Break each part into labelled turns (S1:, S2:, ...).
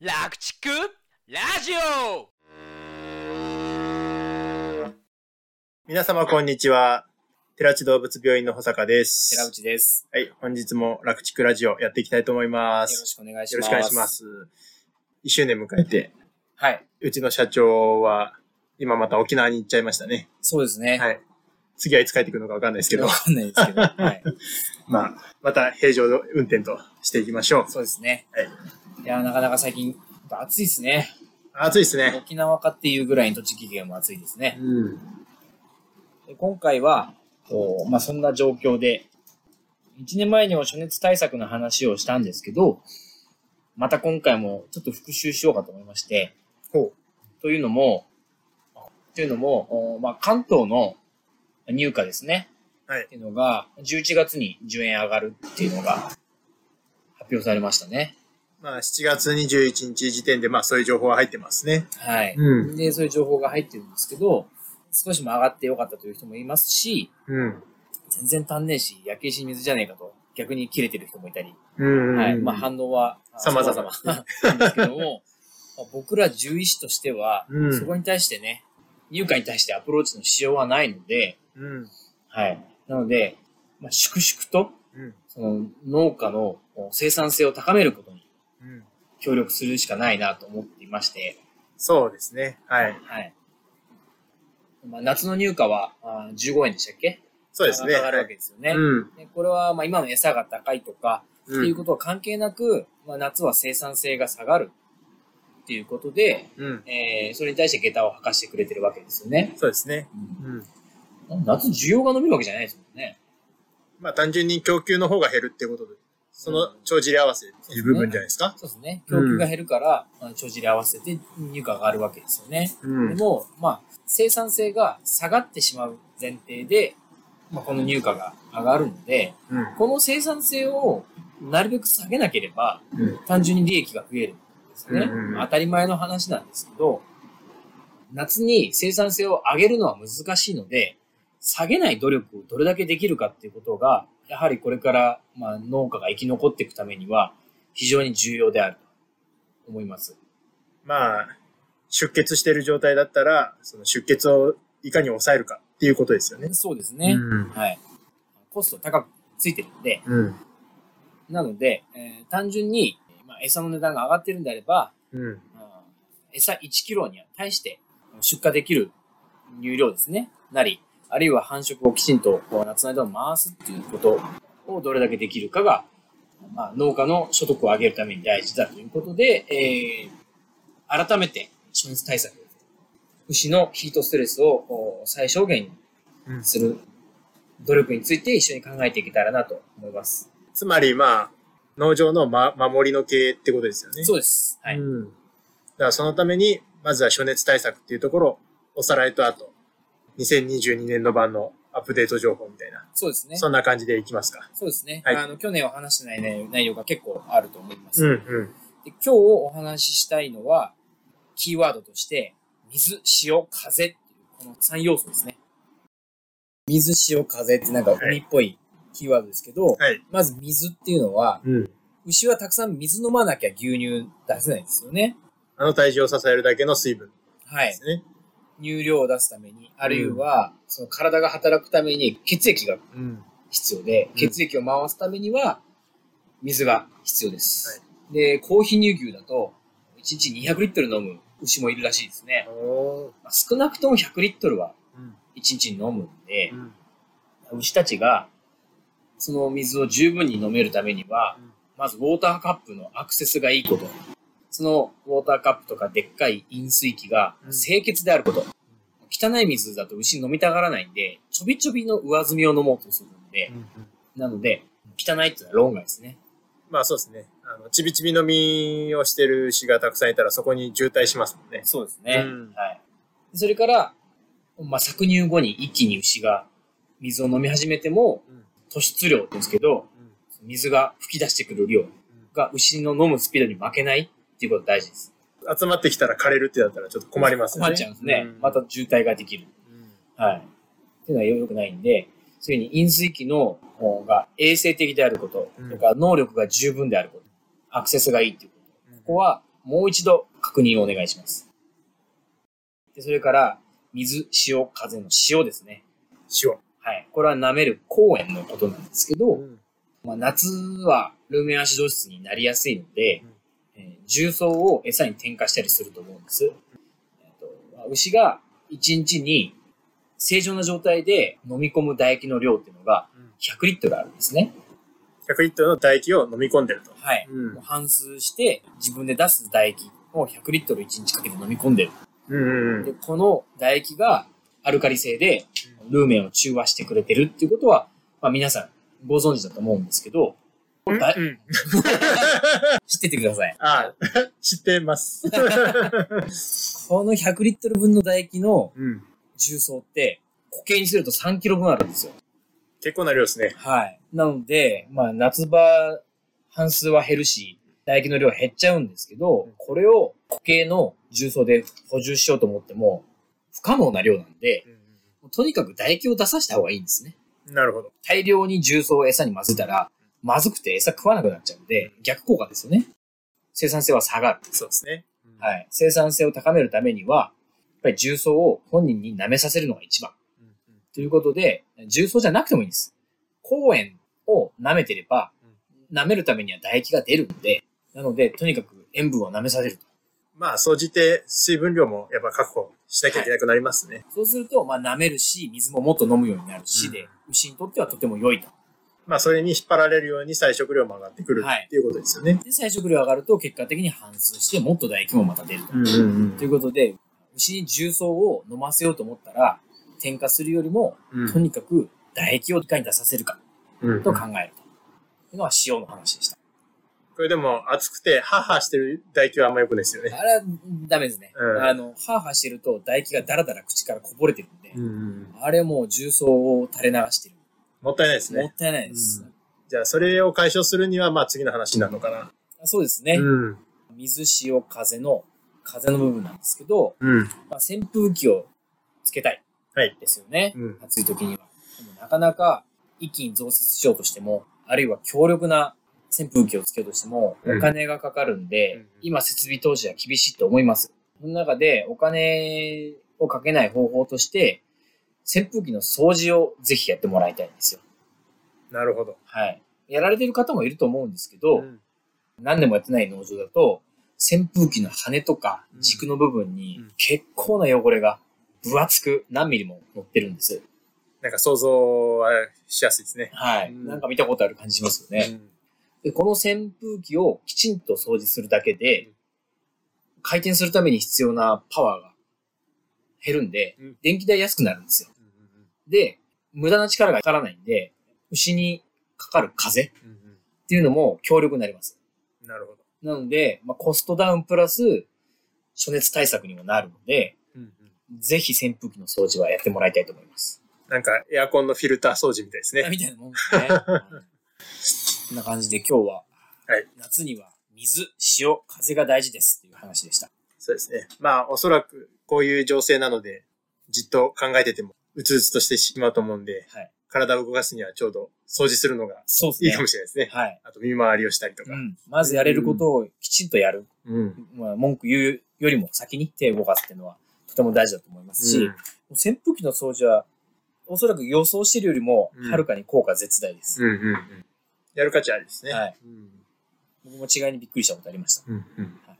S1: 楽チックラジオ
S2: 皆様こんにちは。寺地動物病院の保坂です。
S3: 寺内です。
S2: はい、本日も楽畜ラジオやっていきたいと思いま
S3: よろ
S2: す。
S3: しくお願いし
S2: よ
S3: ま
S2: ろ
S3: す。
S2: しくお願いしま。す。1周年迎えて、
S3: はい。
S2: うちの社長は今また沖縄に行っちゃいましたね。
S3: そうですね。
S2: はい。次はいつ帰ってくるのかわかんないですけど
S3: わ、かんないですけど。はい。
S2: まあ、また平常運転としていきましょう。
S3: そうですね。
S2: はい
S3: いやー、なかなか最近、やっぱ暑いですね。
S2: 暑いですね。
S3: 沖縄かっていうぐらいの栃木県も暑いですね。
S2: うん。
S3: で今回は、こうまあ、そんな状況で、1年前にも暑熱対策の話をしたんですけど、また今回もちょっと復習しようかと思いまして、
S2: ほ
S3: というのも、というのも、おまあ、関東の入荷ですね。
S2: はい
S3: っていうのが、11月に10円上がるっていうのが発表されましたね。
S2: う。まあ、7月21日時点で、まあ、そういう情報は入ってますね。
S3: はい。
S2: うん
S3: で、そういう情報が入ってるんですけど、少しも上がってよかったという人もいますし、
S2: うん。
S3: 全然足んねえし、焼け石に水じゃねえかと、逆に切れてる人もいたり、
S2: うん。
S3: はい。まあ、反応はあ
S2: 様々
S3: なんですけども、 まあ僕ら獣医師としては、
S2: うん
S3: そこに対してね、入荷に対してアプローチのしようはないので、
S2: うん。
S3: はい。なので、まあ、粛々と、
S2: うん。
S3: その農家のこう生産性を高めることに
S2: うん。
S3: 協力するしかないなと思っていまして、
S2: そうですね。はい。
S3: はい。まあ、夏の入荷はあー15円でしたっけ
S2: そうですね。
S3: 上がるわけですよね。
S2: うん。
S3: でこれはまあ今の餌が高いとか、
S2: う。
S3: っていうんことは関係なく、まあ、夏は生産性が下がるっていうことで、
S2: うん。
S3: えーそれに対して下駄を履かしてくれてるわけですよね。
S2: そうですね。うん。
S3: 夏需要が伸びるわけじゃないですもんね。
S2: まあ単純に供給の方が減るってことで、その帳尻合わせっていう部分じゃないですか。
S3: そうですね。供給が減るから、まあ帳尻合わせて入荷が上がるわけですよね。
S2: う
S3: で。も、まあ、生産性が下がってしまう前提で、まあ、この入荷が上がるので、
S2: うん。
S3: この生産性をなるべく下げなければ、
S2: うん
S3: 単純に利益が増えるんですね。
S2: うんうんうん
S3: 当たり前の話なんですけど、夏に生産性を上げるのは難しいので、下げない努力をどれだけできるかっていうことが、やはりこれから、まあ、農家が生き残っていくためには、非常に重要であると思います。
S2: まあ、出血してる状態だったら、その出血をいかに抑えるかっていうことですよね。
S3: そうですね。
S2: うん。
S3: はい。コスト高くついてるんで、
S2: うん。
S3: なので、えー単純に、まあ、餌の値段が上がってるんであれば、
S2: うん。
S3: あー餌1キロに対して出荷できる乳量ですね、なり、あるいは繁殖をきちんとこう夏の間を回すっていうことをどれだけできるかが、まあ、農家の所得を上げるために大事だということで、えー改めて、暑熱対策、牛のヒートストレスをこう最小限にする努力について一緒に考えていけたらなと思います。
S2: つまりまあ、農場の、ま、守りの経営ってことですよね。
S3: そうです。はい。
S2: うん。だからそのために、まずは暑熱対策っていうところ、おさらいとあと、2022年度版のアップデート情報みたいな、
S3: そうですね。
S2: そんな感じでいきますか。
S3: そうですね。
S2: はい
S3: あの去年お話してない内内容が結構あると思います、
S2: うん
S3: で。
S2: うん。
S3: 今日お話ししたいのは、キーワードとして、水、潮、風っていう、この3要素ですね。水、潮、風ってなんか海っぽいキーワードですけど、
S2: はい。
S3: まず水っていうのは、
S2: うん。
S3: 牛はたくさん水飲まなきゃ牛乳出せないんですよね。
S2: あの体重を支えるだけの水分
S3: は
S2: で
S3: い
S2: す。ね。
S3: 乳量を出すために、あるいは、その体が働くために血液が
S2: うん。
S3: 必要で、
S2: うん
S3: 血液を回すためには、水が必要です。で、コーヒー乳牛だと、1日200リットル飲む牛もいるらしいですね。
S2: お
S3: まあ少なくとも100リットルは
S2: うん。
S3: 1日に飲むんで、牛たちが、その水を十分に飲めるためには
S2: うん、
S3: まずウォーターカップのアクセスがいいこと。そのウォーターカップとかでっかい飲水機が
S2: うん
S3: 清潔であること。汚い水だと牛飲みたがらないんで、ちょびちょびの上積みを飲もうとするんで、なので、汚いっていうのは論外ですね。
S2: まあそうですね。あの、ちびちび飲みをしてる牛がたくさんいたらそこに渋滞しますもんね。
S3: そうです
S2: ね
S3: はい。それから、まあ、搾乳後に一気に牛が水を飲み始めても、
S2: うん。
S3: 突出量ですけど、水が噴き出してくる量が牛の飲むスピードに負けないっていうことが大事です。
S2: 集まってきたら枯れるってだったらちょっと困りますよね。
S3: 困っちゃうんですね。
S2: ん
S3: また、渋滞ができる。
S2: うん
S3: はい。っていうのは良くないんで、そういうふうに飲水機の方が衛生的であること、
S2: うん
S3: とか能力が十分であること、アクセスがいいっていうこと。ここはもう一度確認をお願いします。でそれから、水、潮、風の潮ですね。
S2: 塩。
S3: はい。これは舐める公園のことなんですけど、
S2: うん
S3: まあ、夏はルメンアシド質になりやすいので、えー重曹を餌に添加したりすると思うんです。えーとまあ牛が1日に正常な状態で飲み込む唾液の量っていうのが
S2: うん
S3: 100リットルあるんですね。
S2: 100リットルの唾液を飲み込んでると。
S3: はい。
S2: うん
S3: もう半数して自分で出す唾液を100リットル1日かけて飲み込んでる。
S2: うんうん
S3: で、この唾液がアルカリ性でルーメンを中和してくれてるっていうことは、まあ皆さんご存知だと思うんですけど、
S2: うん。
S3: だ
S2: うん
S3: 知っててください。
S2: あ あ、知ってます。
S3: この100リットル分の唾液の
S2: うん。
S3: 重曹って、固形にすると3キロ分あるんですよ。
S2: 結構な量ですね。
S3: はい。なので、まあ夏場、半数は減るし、唾液の量減っちゃうんですけど、これを固形の重曹で補充しようと思っても、不可能な量なんで、とにかく唾液を出させた方がいいんですね。
S2: なるほど。
S3: 大量に重曹を餌に混ぜたら、まずくて餌食わなくなっちゃうんで、逆効果ですよね。生産性は下がる。
S2: そうですね。。
S3: はいい。生産性を高めるためには、やっぱり重曹を本人に舐めさせるのが一番。ということで、重曹じゃなくてもいいんです。公園を舐めてれば、舐めるためには唾液が出るんで、なので、とにかく塩分を舐めさせると。
S2: まあ、総じて水分量もやっぱ確保しなきゃいけなくなりますね。
S3: そうすると、まあ舐めるし、水ももっと飲むようになるしで、
S2: うん
S3: 牛にとってはとても良いと。
S2: まあ、それに引っ張られるように菜食量も上がってくる
S3: はい
S2: っていうことですよね。
S3: で、最食量上がると結果的に反数して、もっと唾液もまた出ると。
S2: うんうん
S3: ということで、牛に重曹を飲ませようと思ったら、添加するよりも、
S2: うん
S3: とにかく唾液をいかに出させるか。
S2: うん
S3: と考えると。いうのは塩の話でした。
S2: これでも暑くてハーハーしてる唾液はあんま良くないですよね。
S3: あれはダメですね。
S2: うん
S3: あの、ハーハーしてると唾液がダラダラ口からこぼれてるんで、
S2: んうん。
S3: あれもう重曹を垂れ流してる。
S2: もったいないです
S3: も
S2: ね
S3: っ。たいないです。
S2: じゃあ、それを解消するには、まあ、次の話になるのかな。
S3: そうですね。
S2: ん。
S3: 水、塩、風の、風の部分なんですけど、
S2: うん。
S3: まあ、扇風機をつけたい。
S2: はい
S3: ですよね。
S2: うん
S3: 暑い時には。でもなかなか一気に増設しようとしても、あるいは強力な扇風機をつけようとしても、
S2: うん
S3: お金がかかるんで、
S2: うん
S3: 今設備投資は厳しいと思います。その中でお金をかけない方法として、扇風機の掃除をぜひやってもらいたいんですよ。
S2: なるほど。
S3: はい。やられてる方もいると思うんですけど、
S2: うん
S3: 何年もやってない農場だと、扇風機の羽とか
S2: うん
S3: 軸の部分に
S2: うん
S3: 結構な汚れが分厚く何ミリも乗ってるんです。
S2: なんか想像はしやすいですね。
S3: はい。
S2: うん
S3: なんか見たことある感じしますよね。で、この扇風機をきちんと掃除するだけで
S2: うん、
S3: 回転するために必要なパワーが減るんで
S2: うん、
S3: 電気代安くなるんですよ。
S2: うん
S3: で、無駄な力がかからないんで、牛にかかる風っ
S2: うんうん
S3: ていうのも強力になります。
S2: うんなるほど。
S3: なので、まあ、コストダウンプラス、暑熱対策にもなるので、
S2: うんうん
S3: ぜひ扇風機の掃除はやってもらいたいと思います。
S2: なんかエアコンのフィルター掃除みたいですね。
S3: みたいなもんですね。こんな感じで今日は、
S2: はい
S3: 夏には水、塩、風が大事ですっていう話でした。
S2: そうですね。まあ、おそらくこういう情勢なので、じっと考えてても、うつうつとしてしまうと思うんで、
S3: はい。
S2: 体を動かすにはちょうど掃除するのが
S3: そうです
S2: い
S3: ね。
S2: いかもしれないですね。
S3: はい。
S2: あと、見回りをしたりとか。
S3: うん。まずやれることをきちんとやる。
S2: うん。
S3: まあ、文句言うよりも先に手を動かすっていうのはとても大事だと思いますし、
S2: うん
S3: 扇風機の掃除は、おそらく予想してるよりも
S2: うん、
S3: はるかに効果絶大です。
S2: うんうんうん。やる価値ありですね。
S3: はい
S2: うん
S3: 僕も違いにびっくりしたことありました。
S2: うんうん
S3: はい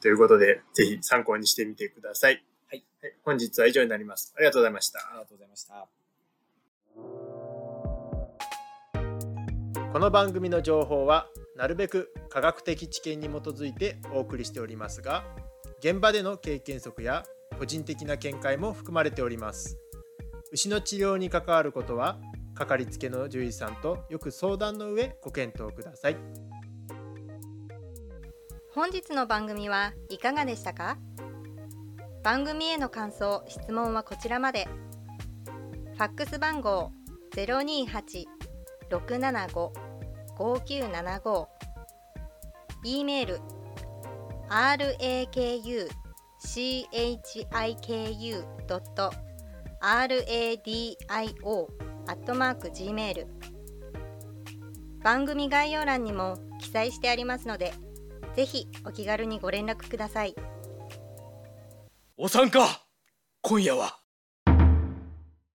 S2: ということで、ぜひ参考にしてみてください。
S3: はい
S2: はい。本日は以上になります。ありがとうございました。
S3: ありがとうございました。
S2: この番組の情報はなるべく科学的知見に基づいてお送りしておりますが現場での経験則や個人的な見解も含まれております牛の治療に関わることはかかりつけの獣医さんとよく相談の上ご検討ください
S4: 本日の番組はいかがでしたか番組への感想・質問はこちらまでファックス番号028-675-5975 e メール rakuchiku.radio.gmail 番組概要欄にも記載してありますのでぜひお気軽にご連絡ください
S1: お参加今夜は